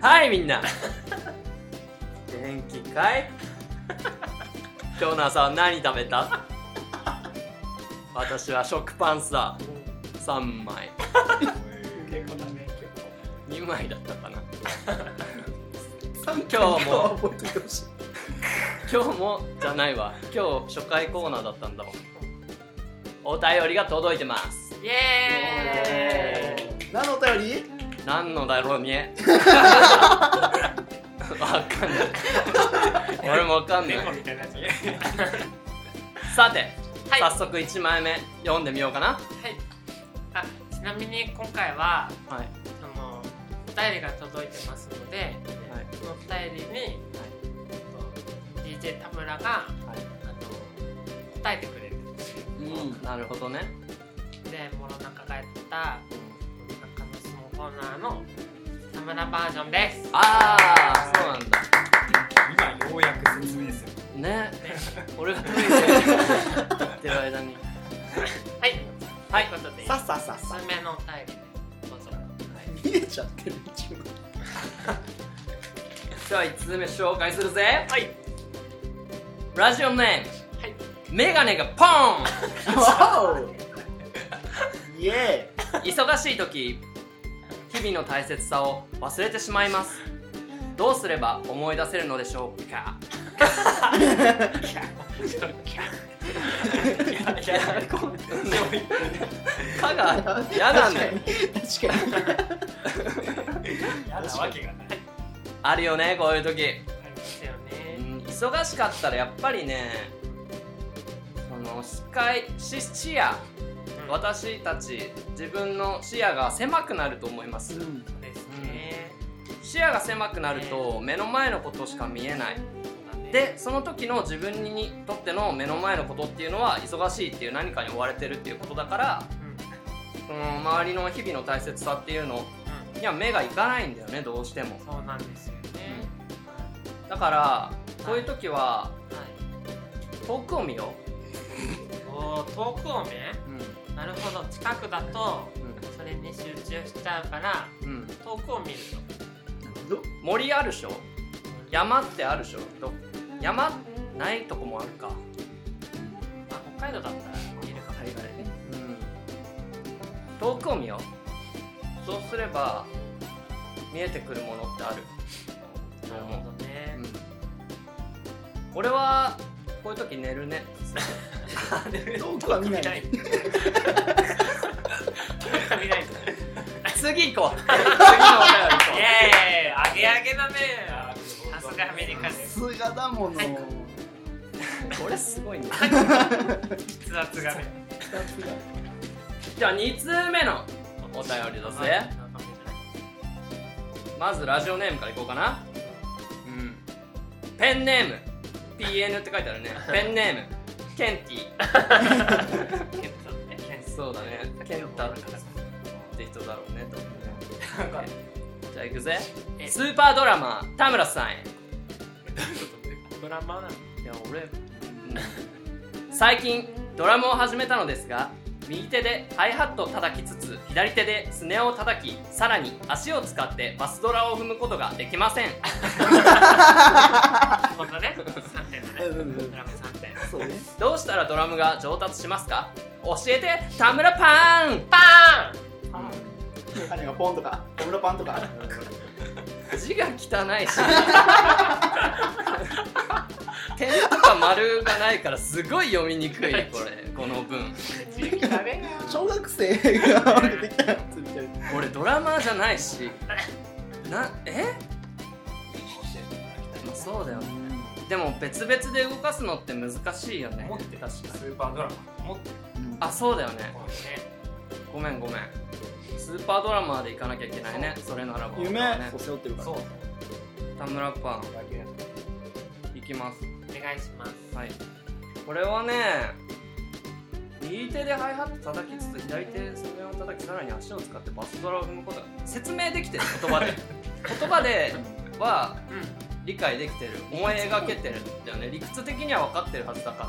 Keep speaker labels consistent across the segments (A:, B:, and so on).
A: はいみん な元気かい 今日の朝は何食べた私は食パンさ3枚
B: 結構だね
A: 2枚だったかな
B: 結
A: 今
B: 構
A: 日も
B: 覚えてほしい
A: 今日もじゃないわ今日初回コーナーだったんだもんお便りが届いてますイエーイ
B: 何のお便り
A: 何のだろう ねわかんない俺もわかんない
C: 猫みたいなやつね
A: さて、
C: はい
A: 早速1枚目読んでみようかな
C: はいあちなみに今回は
A: はい
C: あのお便りが届いてますので、
A: はい
C: そのお便りに、えっと DJ 田村が、あの答えてくれる
A: うんなるほどね
C: でモロナカがやったモロナカの相撲コーナーの田村バージョンです
A: ああそうなんだ
D: 今ようやく説明する
A: ね俺がトイレ行ってる 間に
C: はい
A: はい
C: ということで
B: さっさっさっ
C: おす
B: さ
C: すめのお便りでどうぞ
B: 見れちゃってる自分
A: では1通目紹介するぜはいラジオネーム、
C: はい
A: メガネがポーン
B: わおイエ
A: 忙しい時日々の大切さを忘れてしまいますどうすれば思い出せるのでしょうか いやこうかが
B: ーイ
A: 嫌なんだよ
B: 確かに確か
D: やなわけがない
A: あるよねこういう時、
C: ありますよ
A: う
C: ね
A: ん、忙しかったらやっぱりねその視界視視野
C: うん
A: 私たち自分の視野が狭くなると思います、
B: にうん
C: そうですね
A: 視野が狭くなると目の前のことしか見えないでその時の自分にとっての目の前のことっていうのは忙しいっていう何かに追われてるっていうことだから
C: うん
A: その周りの日々の大切さっていうの
C: う
A: には目がいかないんだよねどうしても
C: んそうなんですよね
A: だからこういう時は
C: はい
A: 遠くを見よ
C: おー遠くをね
A: うう
C: なるほど近くだとそれに集中しちゃうから
A: ん、うん、
C: 遠くを見る
B: ど
A: 森あるでしょ山ってあるでしょど山ないとこもあるか
C: とあ北海道だったら見るかもしれないね
A: うん遠くを見ようそうすれば見えてくるものってある
C: なるほどね
A: うん俺はこういう時寝るね
B: 遠くは見ない
C: ない。見ない。
A: 次行こう 次のお便り行こ
C: イ
A: う
C: エーイ、あげあげだね。さすがアメリカ
B: さ
C: です。
B: すがだもの
C: はい
A: これすごいね
C: 筆圧がね。
A: じゃあ2通目のお便りだぜまずラジオネームからいこうかなうんペンネーム PN って書いてあるねペンネームケンティそうだねケンタって人だろうね多分ねじゃあ行くぜ
C: え
A: スーパードラマー田村さんへ
C: ドラマなの。
A: いや俺最近ドラムを始めたのですが右手でハイハットを叩きつつ左手でスネアを叩きさらに足を使ってバスドラを踏むことができません
C: こんなね。三点だね。ドラマ三点。
B: そうね
A: どうしたらドラムが上達しますか教えて田村パン
C: パ
B: 彼がポンとか小室パンとか
A: 字が汚いし点とか丸がないからすごい読みにくいこれこの文
C: ーン。
B: 小学生が出てきたやつみたいな
A: 俺ドラマーじゃないしなえそうだよねでも別々で動かすのって難しいよね
D: 思ってた
A: 確
D: し
A: かに
D: スーパードラマ持って
A: あそうだよねごめんごめんスーパードラマーで行かなきゃいけないねそれならば
B: 夢
A: ね
B: を背負ってるから
D: そう
A: 田村パ
D: だけ
A: ン行きます
C: お願いします。
A: はいこれはね右手でハイハット叩きつつ左手でそれを叩きさらに足を使ってバスドラを踏むことが説明できてる言 葉で言葉では
C: うん。
A: 理解できてる思い描けてるんだよね理屈的には分かってるはずだか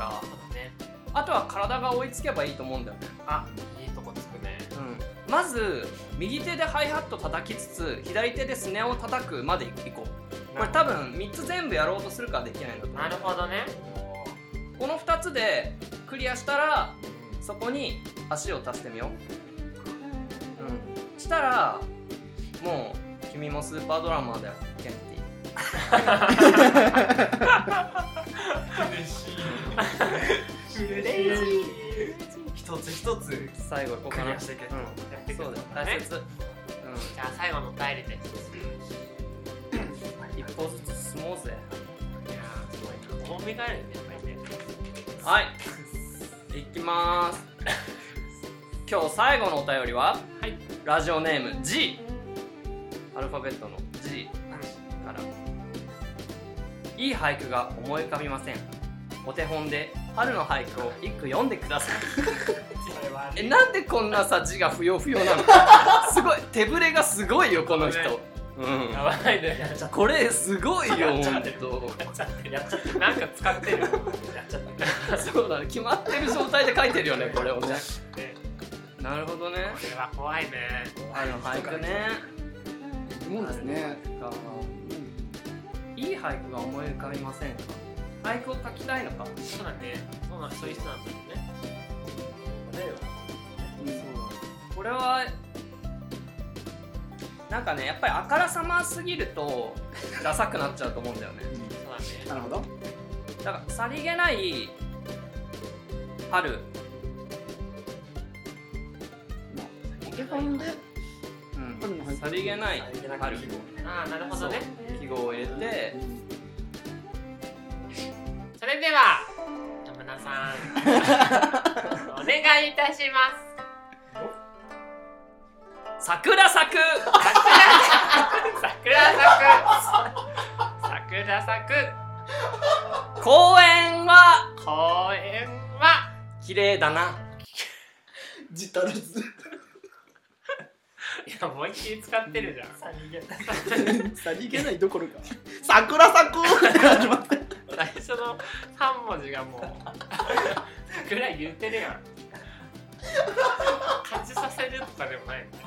A: ら
C: ね。
A: あとは体が追いつけばいいと思うんだよね
C: あ、いいとこつくね。
A: うんまず右手でハイハット叩きつつ左手でスネを叩くまでいこうこれ多分3つ全部やろうとするからできないんだと思
C: なるほどね
A: うこの2つでクリアしたらそこに足を足してみよううんしたらもう君もスーパードラマーだよケンティ
D: 嬉しい
C: 嬉しい
D: 一つ一つ
A: 最後いこう
D: ク
A: か
D: リ
A: な
D: アしていけ
A: う
D: ば
A: ん
D: やっていく
A: そうだよ
C: だね
A: 大切、う
C: じゃあ最後のお便りです
A: ん、一歩ずつ進もうぜ
C: いやーすごいな重みがあるよねやっぱりね
A: はいいきまーす今日最後のお便りは、
C: はい
A: ラジオネーム G アルファベットの G からいい俳句が思い浮かびませんお手本で春の俳句を一句読んでください
D: それは
A: えなんでこんなさ字が不要不要な のすごい手ぶれがすごいよこの人うん
C: やばいねやっちゃっ
A: これすごいよ
D: やっちゃ
A: 本
D: ってる
A: 当。
D: やっちゃってるやっちゃって
C: たなんか使ってる
D: やっちゃって
A: そうだね決まってる状態で書いてるよねこれをね
D: るね
A: なるほどね
C: これは怖いね
A: あの俳句ね
B: もんですね
A: いい俳句が思い浮かびませんか俳句を書きたいのか
C: そうだねそうなんそういう人なんだよね
A: これはなんかねやっぱりあからさますぎるとダサくなっちゃうと思うんだよね
C: そう
B: な
C: だね
B: るほど
A: だからさりげない春
B: お手本で春の俳句
A: さりげない
D: さりげなく
A: 春
D: 季語
C: ああなるほどね
A: 記号を入れて
C: それでは山田 さんお願いいたします
A: 桜咲く
C: 桜咲く桜咲く
A: 公園は
C: 公園は
A: 綺麗だな
B: 自足らず
C: いやもう一回使ってるじゃん
B: さりげないどころか桜咲こうって始まって
C: 最初の三文字がもう桜言うてるやん感じさせるとかでもないんだ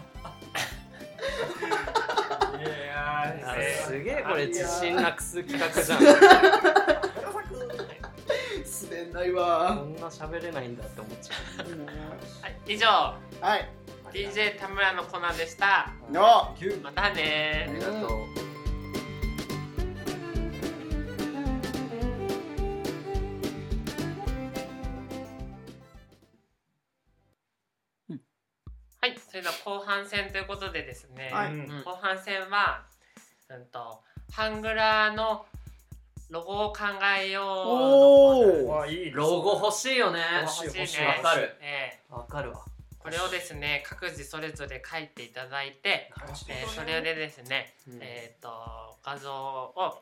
D: いや
A: あ
C: えー
A: すげえこれ自信なくす企画じゃん
B: 滑んないわ
A: こんな喋れないんだって思っちゃ
C: はい以上
B: はい
C: DJ 田村のコーナーでした
A: う
B: の
D: 牛
C: またね
A: あ
C: ー
A: りがとう
C: はいそれでは後半戦ということでですね、
B: はい
D: うん
C: 後半戦は、うん、とハングラーのロゴを考えようのコーナー
B: おー
D: わいい
A: ロゴ欲しいよね
C: ロゴ欲しいね
A: わかる
C: ええ
A: わかるわ
C: これをですね各自それぞれ書いていただいて、えーそれでですね、えー、と画像を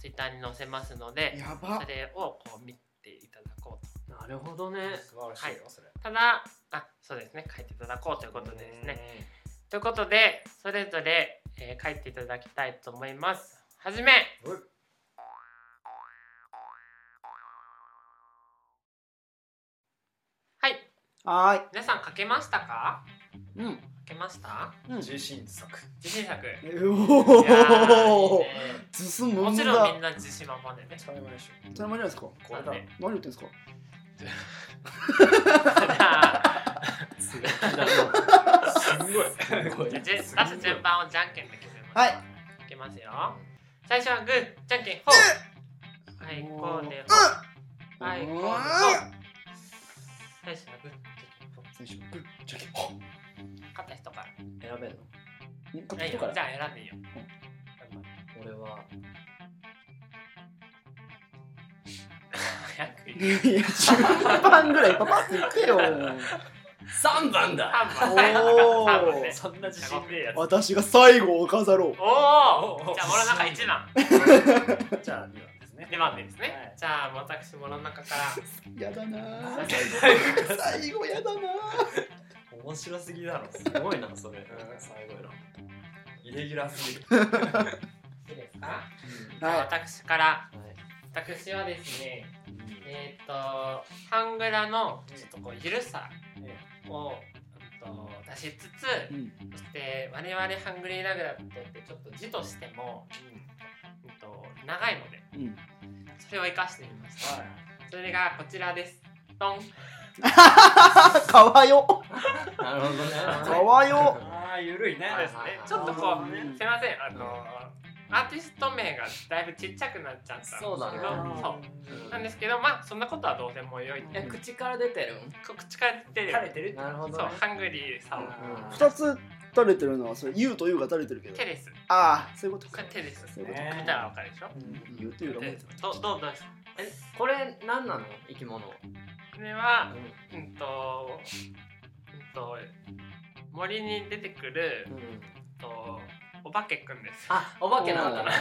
C: ツイッターに載せますので
B: やば
C: それをこう見ていただこう
A: なるほどね
D: 素晴らしいよそれ
C: とただあそうですね書いていただこうということでですねということでそれぞれ、えー書いていただきたいと思いますはじめ
D: うん
C: はい
B: は
C: 皆さん書けましたか
B: ーいうん
C: 書けました
D: 自信作
C: 自信作いやーいい
B: おお
C: ね
B: 進む
C: も
B: ん
C: ちろんみ
B: だ
C: んな自信満々でね
D: 当たり 前でしょ
B: 当たり前じゃないですか
D: これだ
C: ね
B: 何言ってんですか
C: ただ
A: すごいな
D: すごい
C: じゃあじゅあと順番をじゃんけんで決めます
B: はい
C: いきますよ最初はグーじゃんけんほうはいこうでほうはいこうでほう最初はグーじゃんけんほう
B: 最初グッじゃけほ
C: 勝った人から
A: 選べんの
B: ん
C: はい
B: 勝
C: じ
B: っ
C: ゃ
B: たか
C: あ
B: ら
C: 選んでいいよ
A: 俺 は
C: 早くいい
B: いや10番ぐらいパパって言ってよ
A: 3番だ
C: 3番ね
B: おー
C: 三番ね
D: そんな自信ねえや
B: 私が最後を飾ろう
C: お
D: お
C: お
D: ー
C: じゃあ物の中1番
D: つじゃあ2番ですね
C: 2番目ですね、
D: はい
C: じゃあ私物の中から
B: やだな
C: 最
B: ー最後やだな
D: 面白すぎだろ
A: すごいなそれ
D: 最後のイレギュラーすぎる
C: いいですか、
B: ー
C: じゃあ私か
A: は
C: ら
A: い
C: 私はですねえっ、とハングラのちょっとこうゆるさを、うんと出しつつ、
B: うん
C: そして我々ハングリーラグラットってちょっと字としても、うんと長いので
B: うん
C: それを生かしてみました、
D: はい
C: それがこちらですドン
B: かわよ
A: なるほどね
B: かわよ
D: ああ、ゆるいね。
C: そうですねちょっとこう
B: うん
C: すいませんあの、アーティスト名がだいぶちっちゃくなっちゃったんですけ
A: そ
C: ど
A: うだね
C: そうなんですけどまあそんなことはどうでもよい
A: え口から出てるん
C: こ口から出て
D: 垂れ
C: る
D: てる。
A: なるほ
C: そうハングリーさん
A: うん
B: 二つ垂れてるのはそれ U と U が垂れてるけど
C: 手です
B: ああそういうこと
C: これ手です
B: そういうこと
C: 見たらわかるでしょ
B: うん U と U が
C: 手
B: もう
C: ですどうどうどうです
A: えこれ何なの生き物
C: これはうんとうんと森に出てくるうんとお化けくんです
A: あお化けなんだな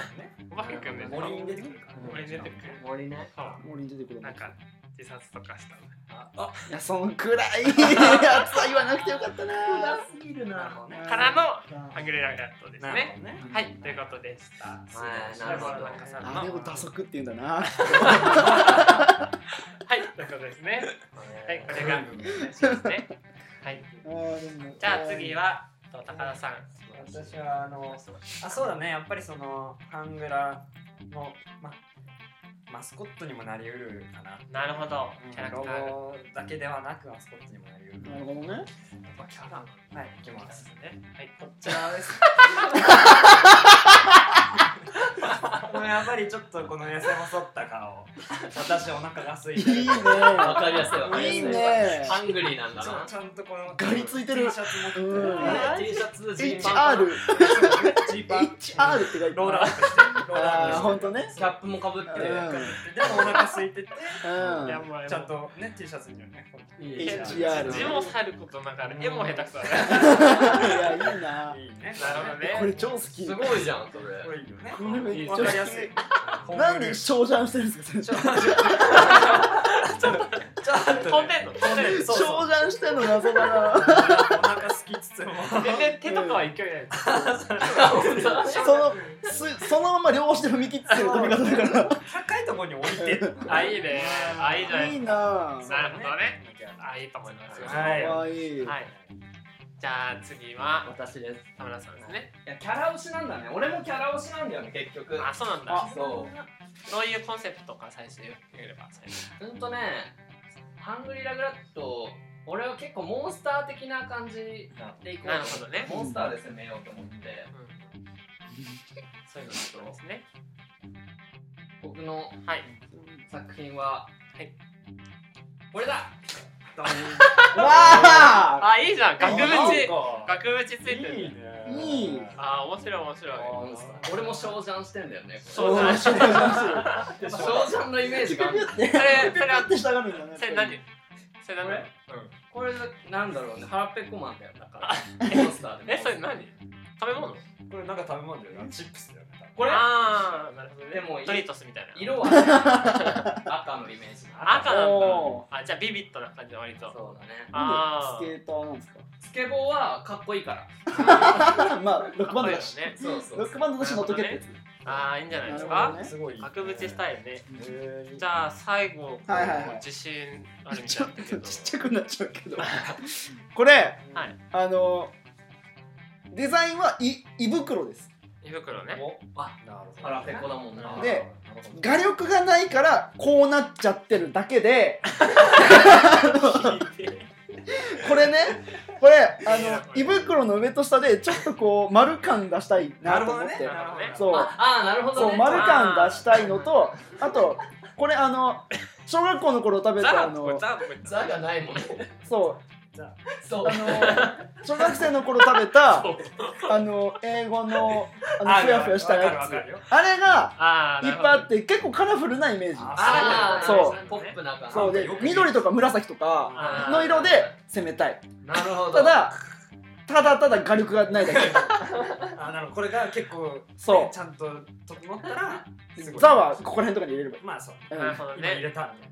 C: お化けくんです
D: 森に出てくるから。
C: 森に出てくる
A: 森ね
C: そう
B: 森に出てくる
C: なんか自殺とかしたの
D: あ、
B: いやそんくら いやつは言わなくてよかったな
D: すぎるな。
C: からのハングリーラグラットです
D: な
C: ね
D: るほどね。
C: はいということでした
A: はいなるほど
B: あれを打足って言うんだな
C: はいということですねはいこれがですねはいじゃあ次はえっと高田さん
D: 私はあのあそうだねやっぱりそのハングラーのまマスコットにもなりうるかな
C: なるほど
D: うん
C: キャラクターが
D: ロゴだけではなくマスコットにもなりうる
B: なるほどね
D: やっぱキャラなんだはいいき
C: そう
D: ま
C: ですすねはい
D: こちら ですもうやっぱりちょっとこの痩せ細った顔私お腹が空い
B: いい
D: てる
B: ね
A: わかりやすいわかりやすい
B: いいね
A: ハングリーなんだ
D: ちょ
A: な
D: ちゃんとこの
B: ガリついてる
D: T シャツ持って
B: う
D: る
B: ん
A: え T シャツジーパン
B: HR
D: ジーパン
B: HR って書いて
D: ロー
B: あ
D: ラーアップしてローラーアッ
B: あ
D: プして
B: 本当ね
A: キャップもかぶって
B: うん
A: る
D: でもお腹空いてて
B: うん
C: やばい
D: ちゃんとね T シャツにはねこの
A: いい
C: え
A: じゃん
B: HR
C: 字もさることながら絵も下手くそだね
B: いやいいない
D: いね
C: なるほどね
B: これ超好き
A: すごいじゃんそれ
D: すごいよね
B: これめっちゃ
D: わ
B: 好
D: かりやすい
B: き なんで昇ジャンしてるんですか
D: ちょっとちょっと
C: 飛んでんの飛んでんの
D: そう
B: 昇ジ
D: そう
B: ャンしてんの謎だ
D: お
B: な
D: 腹空きつつも
C: 全然手とかは勢い ないです
B: そのすそのまま両足で踏み切ってる飛び方だか
D: 高いところに置いて る
C: あいいねあいいじゃ
B: ら
C: ない
B: い
C: で
B: い
C: すか
B: なぁ
C: なるほどねあいいと思いますよは
D: はい
B: 可愛い
C: いじゃあ次は
A: 私です
C: 田村さんですね
A: いやキャラ推しなんだね俺もキャラ推しなんだよね結局
C: あそうなんだ
A: そう
C: そういうコンセプトから最初言えれば最初
A: うんとね、ハングリラグラット、俺は結構モンスター的な感じでいこうと思って
C: なるほどね
A: モンスターで攻めようと思って、
C: うんそういうのそうですね
A: 僕の
C: はい
A: 作品は、
C: はい
A: これだ
B: わあ
C: あいいじゃん額
B: あなん
C: 縁額縁ついて
D: いい
C: る
D: ね
B: いい
C: あー面白い面白い
D: あ
A: 俺も少ジャンしてんだよね。こ
C: そうだね
B: 昇ジャンし
A: れ
B: てる
A: 少ジャンのイメージがある。
C: それそれ
B: や
C: は
B: って下がるんだね
C: それ何それ何
A: これこれなんだろうね、腹ペコマンだよ、だから。モンスターで。
C: えそれ何食べ物
D: これなんか食べ物だよなチップスだよね
A: これ、
C: ああなるほどね
A: でも
C: ドリトスみたいな
A: 色はね赤のイメージだ
C: 赤なんだ
B: お
C: あじゃあビビッドな感じの割と
A: そうだね。
C: あ
B: スケーターなんです
A: スケボーはかっこいいから。
B: かまあロッ
C: あ
B: クバンドだし
C: ね
A: そうそ
B: ロ
A: う
B: ックバンドだし乗っとけってやつ
C: ああいいんじゃないで
B: な
C: す
B: るほ
C: か
B: どね
D: すごい
C: 額縁スタイルね
D: へー
C: じゃあ最後
B: はいはいはい
C: 自信あるみ
B: ち
C: た
B: ょ
C: い
B: っと
C: だけ
B: ちっ
C: ど
B: ちゃくなっちゃうけどこれ
C: はい
B: あのデザインはい胃袋です
C: 胃袋ね
D: おあなるほど
A: 腹ペコだもんな。
B: で画力がないからこうなっちゃってるだけでこれねこれあの胃袋の上と下でちょっとこう丸感出したいなと思って、
C: なるほどね
B: そう
A: ああー、なるほど
B: そう
A: ね。
B: 丸感出したいのとあとこれあの小学校の頃食べ
C: ザ
B: たあ
C: ラこれ
B: の
C: ザラこれ
A: 座がないもんね。
B: そう
A: そう
B: あ。の小学生の頃食べた
C: そう
B: あの英語のあのふやふやしたやつ
D: わかるわかるわかるよ
B: あれが
C: ああ
B: いっぱい
C: なるほど
B: あって結構カラフルなイメージ
A: ああ、
B: そう
A: ポップな感じ。
B: そうで
D: よくね
B: 緑とか紫とか
C: あー
B: の色で攻めたい
A: なるほど。
B: た、だただただ画力がないだけ
D: あなるほどこれが結構
B: そう
D: ちゃんと整ったらすごい
B: ザはここら辺とかに入れればいい
D: まあそう
B: うん
C: なるほど
D: 今入
C: ね
D: れたんで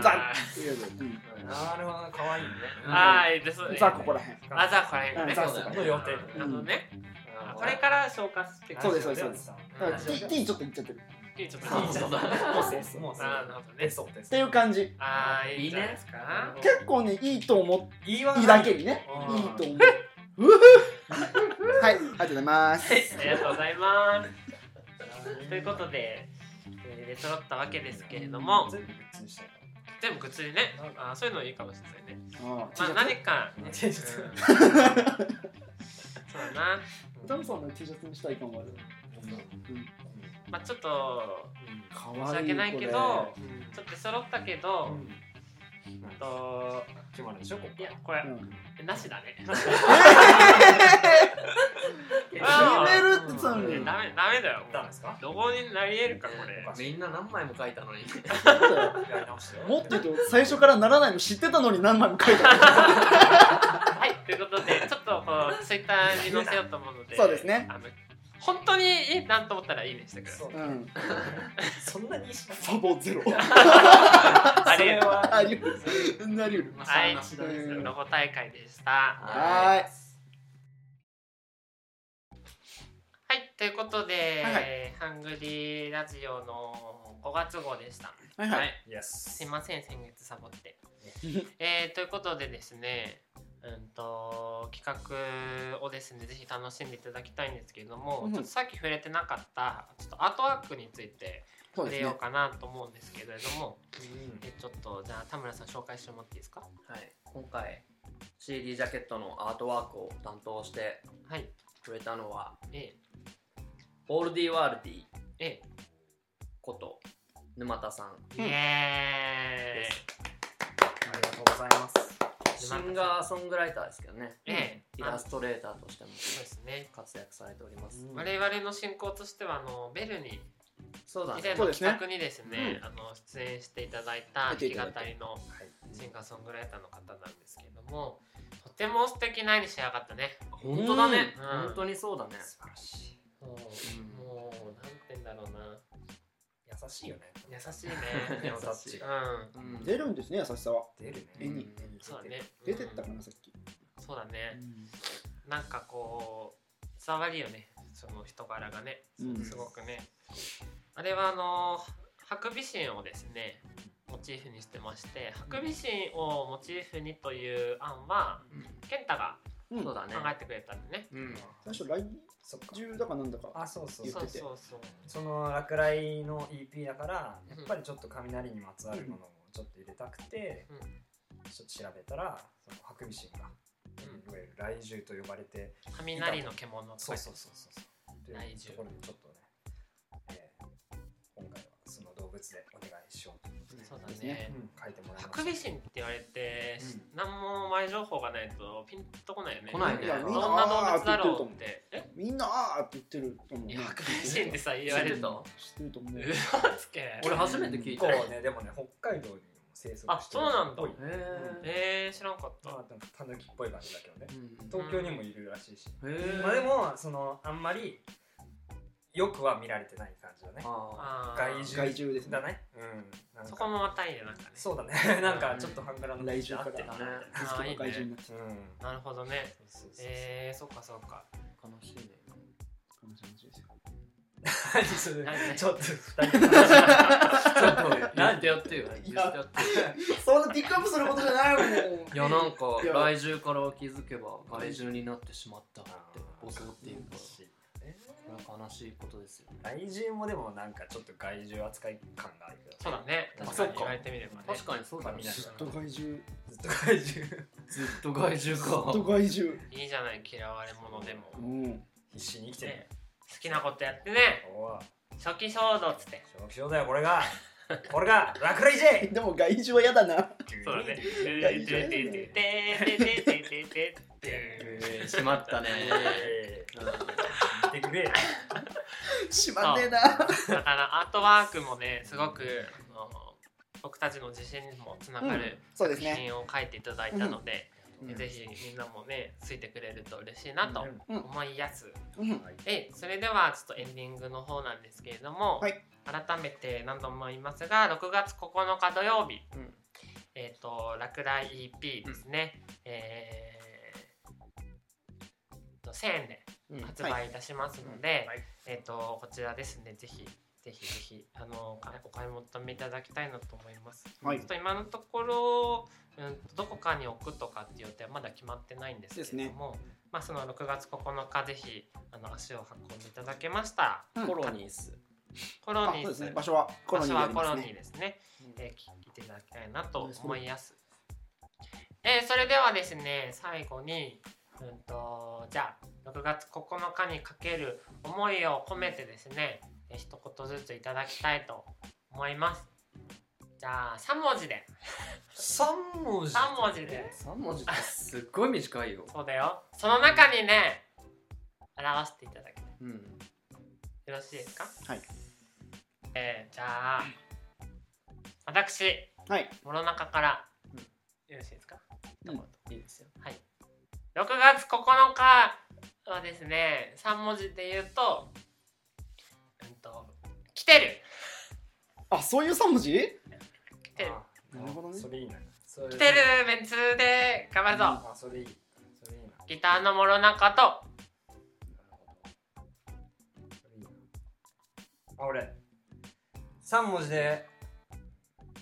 B: ザ
C: あ
B: 入れればいいうん
D: なるほど可愛いね
C: ーあーいいですね
B: ザここら辺
C: あザこれ
B: うん
C: ね
B: ザ
A: ここら
D: 辺の予定
C: なるほどね
A: うん
C: これから消化していく
B: そうですそうですそうです
D: す
B: だから
C: うん
B: T, T ちょっといっちゃってるっ
C: いいちょっと
A: そう
C: いいじゃん
A: そうだ
D: もうそうですもう
C: あーなるほど
D: え
C: ね
D: そうです
B: ていう感じ
C: ああいいねですか
B: 結構ねいいと思っ
D: 言いは
B: ていいだけにね
D: うん
B: いいと思うはい、ありがとうございます。
C: はい、ありがとうござい ます。ということで、えー出揃ったわけですけれども、
D: 全部グッズにしたいな
C: 全部靴にね、あーそういうのいいかもしれないね。
B: あ
C: まあ、何か、ね、
D: T シャツ
C: うんそうだな。
B: ダムさんの T シャツにしたい感もある。
C: まあ、ちょっと、
B: か
C: 申し訳ないけど、ちょっと出揃ったけど、
D: うん
C: あと、
D: 決まるでしょここ
C: いや、これ
B: う、ん、
C: なしだね。
B: 決
C: あー
B: めるって言ってた
C: ダ
B: の
C: メ
B: に。
C: ダメだよ。
D: ダメですか
C: ロゴになり得るか、これ。
A: みんな何枚も書いたのに
D: やり直してよ
B: もっと言うと最初からならないの知ってたのに何枚も書いてあ
C: はい、ということで、ちょっとこう、ツイッターに載せようと思うので、
B: そうですね
C: あの本当にいいなと思ったらいいねしてくださ
D: そ
C: い。
D: う
B: る。うん。
D: そんなにしな
B: サボゼロ。
C: ありがとう
B: あり得る。なり得る。
A: ま
C: は
A: あ
C: い
A: なしだです
B: う
A: よ
B: ん
C: ロゴ大会でした。は
B: は
C: はい、ということで、
B: はいは
C: ハングリーラジオの5月号でした。
B: ーい。はい
C: は
B: はいい。
D: い Yes
C: すいません、先月サボ って。えー、ということでですね、うんと、企画をですね、ぜひ楽しんでいただきたいんですけれども、
B: うん
C: ちょっとさっき触れてなかった、ちょっとアートワークについて
B: そう
C: 触
B: で
C: れ
B: す
C: よう
B: ね。
C: かなと思うんですけれども、
D: うん
C: えちょっとじゃあ田村さん紹介してもらっていいですか
A: はい今回 CD ジャケットのアートワークを担当して
C: はい
A: くれたのは
C: え
A: オールディワールディ
C: ええ
A: こと沼田さん
C: えイエ
D: ありがとうございます
A: シンガーソングライターですけどね、
C: ええ
A: イラストレーターとしても
C: ーイそうですね
A: 活躍されております、
D: うん
C: 我々の進行としてはあのベルに
A: そうだ
C: 以
A: ね
C: 前
B: そう
C: の
B: ですね
C: 企画にですねあの出演していただいた弾
B: 出て
C: き
B: いた
C: 語
B: だいた
C: りの
D: はい
C: シンガーソングライターの方なんですけれどもとても素敵な絵に仕上がったね
A: 本当だね、
C: うん
A: 本当にそうだね、
D: 素晴らしい
A: う
C: もう
A: ん
C: もうなんて言うんだろうな
D: 優しいよね
C: 優しい ね
A: 優
D: でもタッチ
A: しい
C: うん
A: うん
B: 出るんですね優しさは。
D: 出る
B: 絵
D: ね
B: に
C: そうだね
B: 出てったか
C: うん
B: なさっき。
C: そうだねなんかこう伝わるよねその人柄がね
B: うん
C: すごくね、あれはあのハクビシンをですねモチーフにしてましてハクビシンをモチーフにという案は健太が
B: うん
A: そうだね
C: 考えてくれたんでね、
A: うん
B: 最初来
D: そっか
B: 中だかなんだか。
D: あそうそう
B: 言
D: そ
B: っ
C: そうう
B: てて
C: そうそう
D: その落雷の EP だから
C: う
D: や
C: ん
D: っぱりちょっと雷にまつわるものをちょっと入れたくて
C: うん
D: ちょっと調べたらそのハクビシンが
C: ん
D: いわゆる雷獣と呼ばれて
C: 雷の獣とか
D: そうそうそうそうそうって
C: 雷
D: いうと
C: 獣
D: ころでちょっとねえー今回はその動物でお願いしようと
C: そうだ
B: です
C: ね
B: ね
D: うん書いてもらい
C: ハ
D: ました
C: クビシンって言われて、
D: うん
C: 何も前情報がないとピンとこないよね
A: 来ないね
C: どんな動物だろうってえ
B: みんなあーって言ってると思うね。
C: いやハクビシンってさ言わ
A: 知っ
C: れ
A: て
C: ると
A: た
B: 知ってると思
C: う
B: う。
C: わつけ
A: 俺初めて聞いた
D: 結構ねでもね北海道にも生息してる
C: あそうなんだ
D: っぽい
A: へー
C: えー、知らんかった、
D: まあなんかタヌキっぽい感じだけどね
A: うん
D: 東京にもいるらしいし
A: へー
D: まあでもそのあんまりよくは見られてない感じだね
A: あ
C: あー
D: 外獣
B: 害獣ですね
D: だ。ねうんなんか
C: そこもまたいいねなんかね
D: そうだね なんかちょっと半グラの
B: 来週から
D: 合ってた
A: ーだね
B: 好きな害獣になっちゃ
D: うん
B: う。
C: なるほどね
D: そうそうそう
C: えー、そっかそっか
A: 悲しいね
B: こんな感じですよ
D: 何それ
C: 何
D: ちょっと二人の話
A: ちょっと言ってやってよ言ってやってよ
B: そんなピックアップすることじゃない も
A: い
B: ん。
A: やなんか
B: いや
A: 来獣から気づけば害獣になってしまったって襲っていう か
D: え
A: これは悲しいことですよね
D: ー外獣もでもなんかちょっと外獣扱い感があるけど
C: そうだね
D: あ
C: 確か
D: そ
C: に
D: っか
C: 言われてみればね
A: 確かにそうだね
D: 見な
B: ずっと害獣。ず
D: ずっと外獣
A: ずっと害獣
B: っと
A: か
B: 害獣。
C: いいじゃない嫌われ者でも、
B: うん。
D: 必死に生きてる
C: ね、好きなことやってね
D: おお
C: 初期衝動っつって
D: 正気症だよこれがこれがラクレイジ
B: でも害獣は嫌だな。
C: そうだね
B: やいいじゃん
A: しまったね
D: え
A: うん
D: ー見てくれ
B: しまんねえな。
C: だからアートワークもねすごくあの僕たちの自信にもつながる
B: そうで
C: 作
B: すね。
C: 品を書いていただいたので、
B: うん
C: ぜひみんなもねついてくれると嬉しいなと思いやす、
B: うん。
D: はい
C: えそれではちょっとエンディングの方なんですけれども、
B: はい
C: 改めて何度も言いますが6月9日土曜日、
A: うん
C: えっ、と落雷 EP ですね、えーと1000円で
A: うん
C: 発売いたしますので、
D: はい
C: えっ、とこちらですねぜひ手ぜひぜひあのお買いお買い求めいただきたいなと思います。
B: はい
C: ちょっと今のところ、うん、どこかに置くとかっていう予定はまだ決まってないんですけれども、まあその6月9日ぜひあの足を運んでいただけました。
A: コロニース
C: コロ
B: あ
C: ニ
B: そう
C: ー
B: です
C: ズ、
B: ね場所はコロ
C: 場
B: ニーに
C: 所
B: な
C: は
B: り
C: コ
B: ま
C: ロ
B: す
C: ニー
B: ね
C: ですね。
B: うん
C: えー聞いていただきたいなと思います。えーそれではですね最後に、うん、とじゃあ6月9日にかける思いを込めてですね、えー一言ずついただきたいと思います。じゃあ3文字で
D: 三文字
C: 3文字で
A: 3文字ってすっごい短いよ、
C: そうだよその中にね表していただきたい
A: うん、
C: よろしいですか
B: はい
C: えーじゃあ私
B: はい
C: モロナカから、
B: うん
C: よろしいですか
A: いいですよ
C: はい。6月9日はですね、3文字で言うと、うんと、来てる
B: あそういう三文字
C: 来てる
D: あ
B: なるほどね
D: それいいなそれ
C: 来てるメンツで頑張るぞ、
D: あそれいいそれいいな
C: ギターの諸中と、
D: あ俺3文字で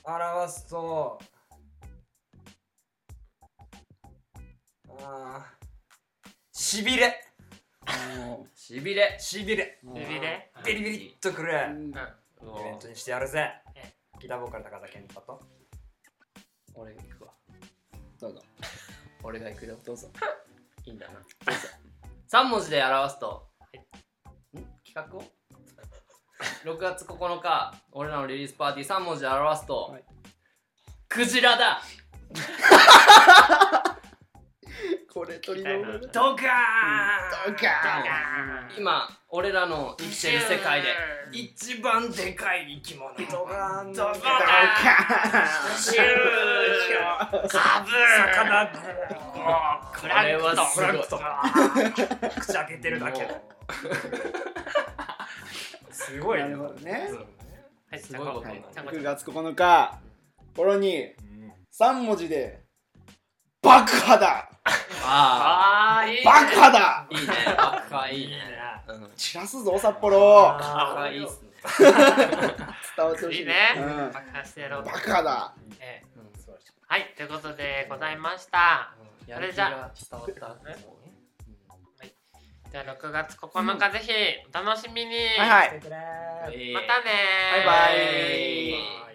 D: 表すとあーしびれ
A: しびれ
D: しびれ
B: うん
C: ビビレ。
D: ビリビリっとくる
B: うん
C: う
A: う
C: ん。
D: イベ
A: わ
D: ントにしてやるぜ
C: え
D: ギターボーカル高田健太と
A: 俺が行くわ
B: どうぞ
A: 俺が行くよどうぞ いいんだな3文字で表すと、ん企画を 6月9日俺らのリリースパーティー3文字で表すと、
B: はい
A: クジラだ
B: これ鳥
C: 聞きたい
B: の
C: な
B: 上だ
A: ドカーン
B: ドカーン
C: 今、
A: 今俺らの生きてる世界で一番でかい生き物
D: ドカーン
A: ドカーン
C: ドシューカブ
D: 魚
C: ー
D: ブ
C: もう、
A: こ
C: ク
A: れ
C: ランクト
A: は
C: ン
A: すごい
D: ー口開けてるだけ
A: も
D: すごい
B: なるほどね
C: はい、
A: すごいこと
B: は
A: に
B: い
A: なる
C: ちゃんこ
B: 6月9日コロニー
D: うん
B: 三文字で爆破だ
A: あ
C: あー、いいね
B: 爆破だ
A: あいいね爆破い
D: い
A: い
D: い
A: ね
D: ね
A: うん
B: 散らすぞ札幌
A: 爆破
D: あ
A: いいっすね
B: 伝わってほしい
C: いいね
B: うん
C: 爆破してやろうと
B: 爆破だ
C: ええ
A: うん
D: 素晴らしい
C: はい、ということでございました。
A: やる気が伝わった
C: じゃあ6月9日ぜひお楽しみに。
B: はいはい
D: 来てくれー
A: うん
C: またねー
A: バイバイ
D: バイ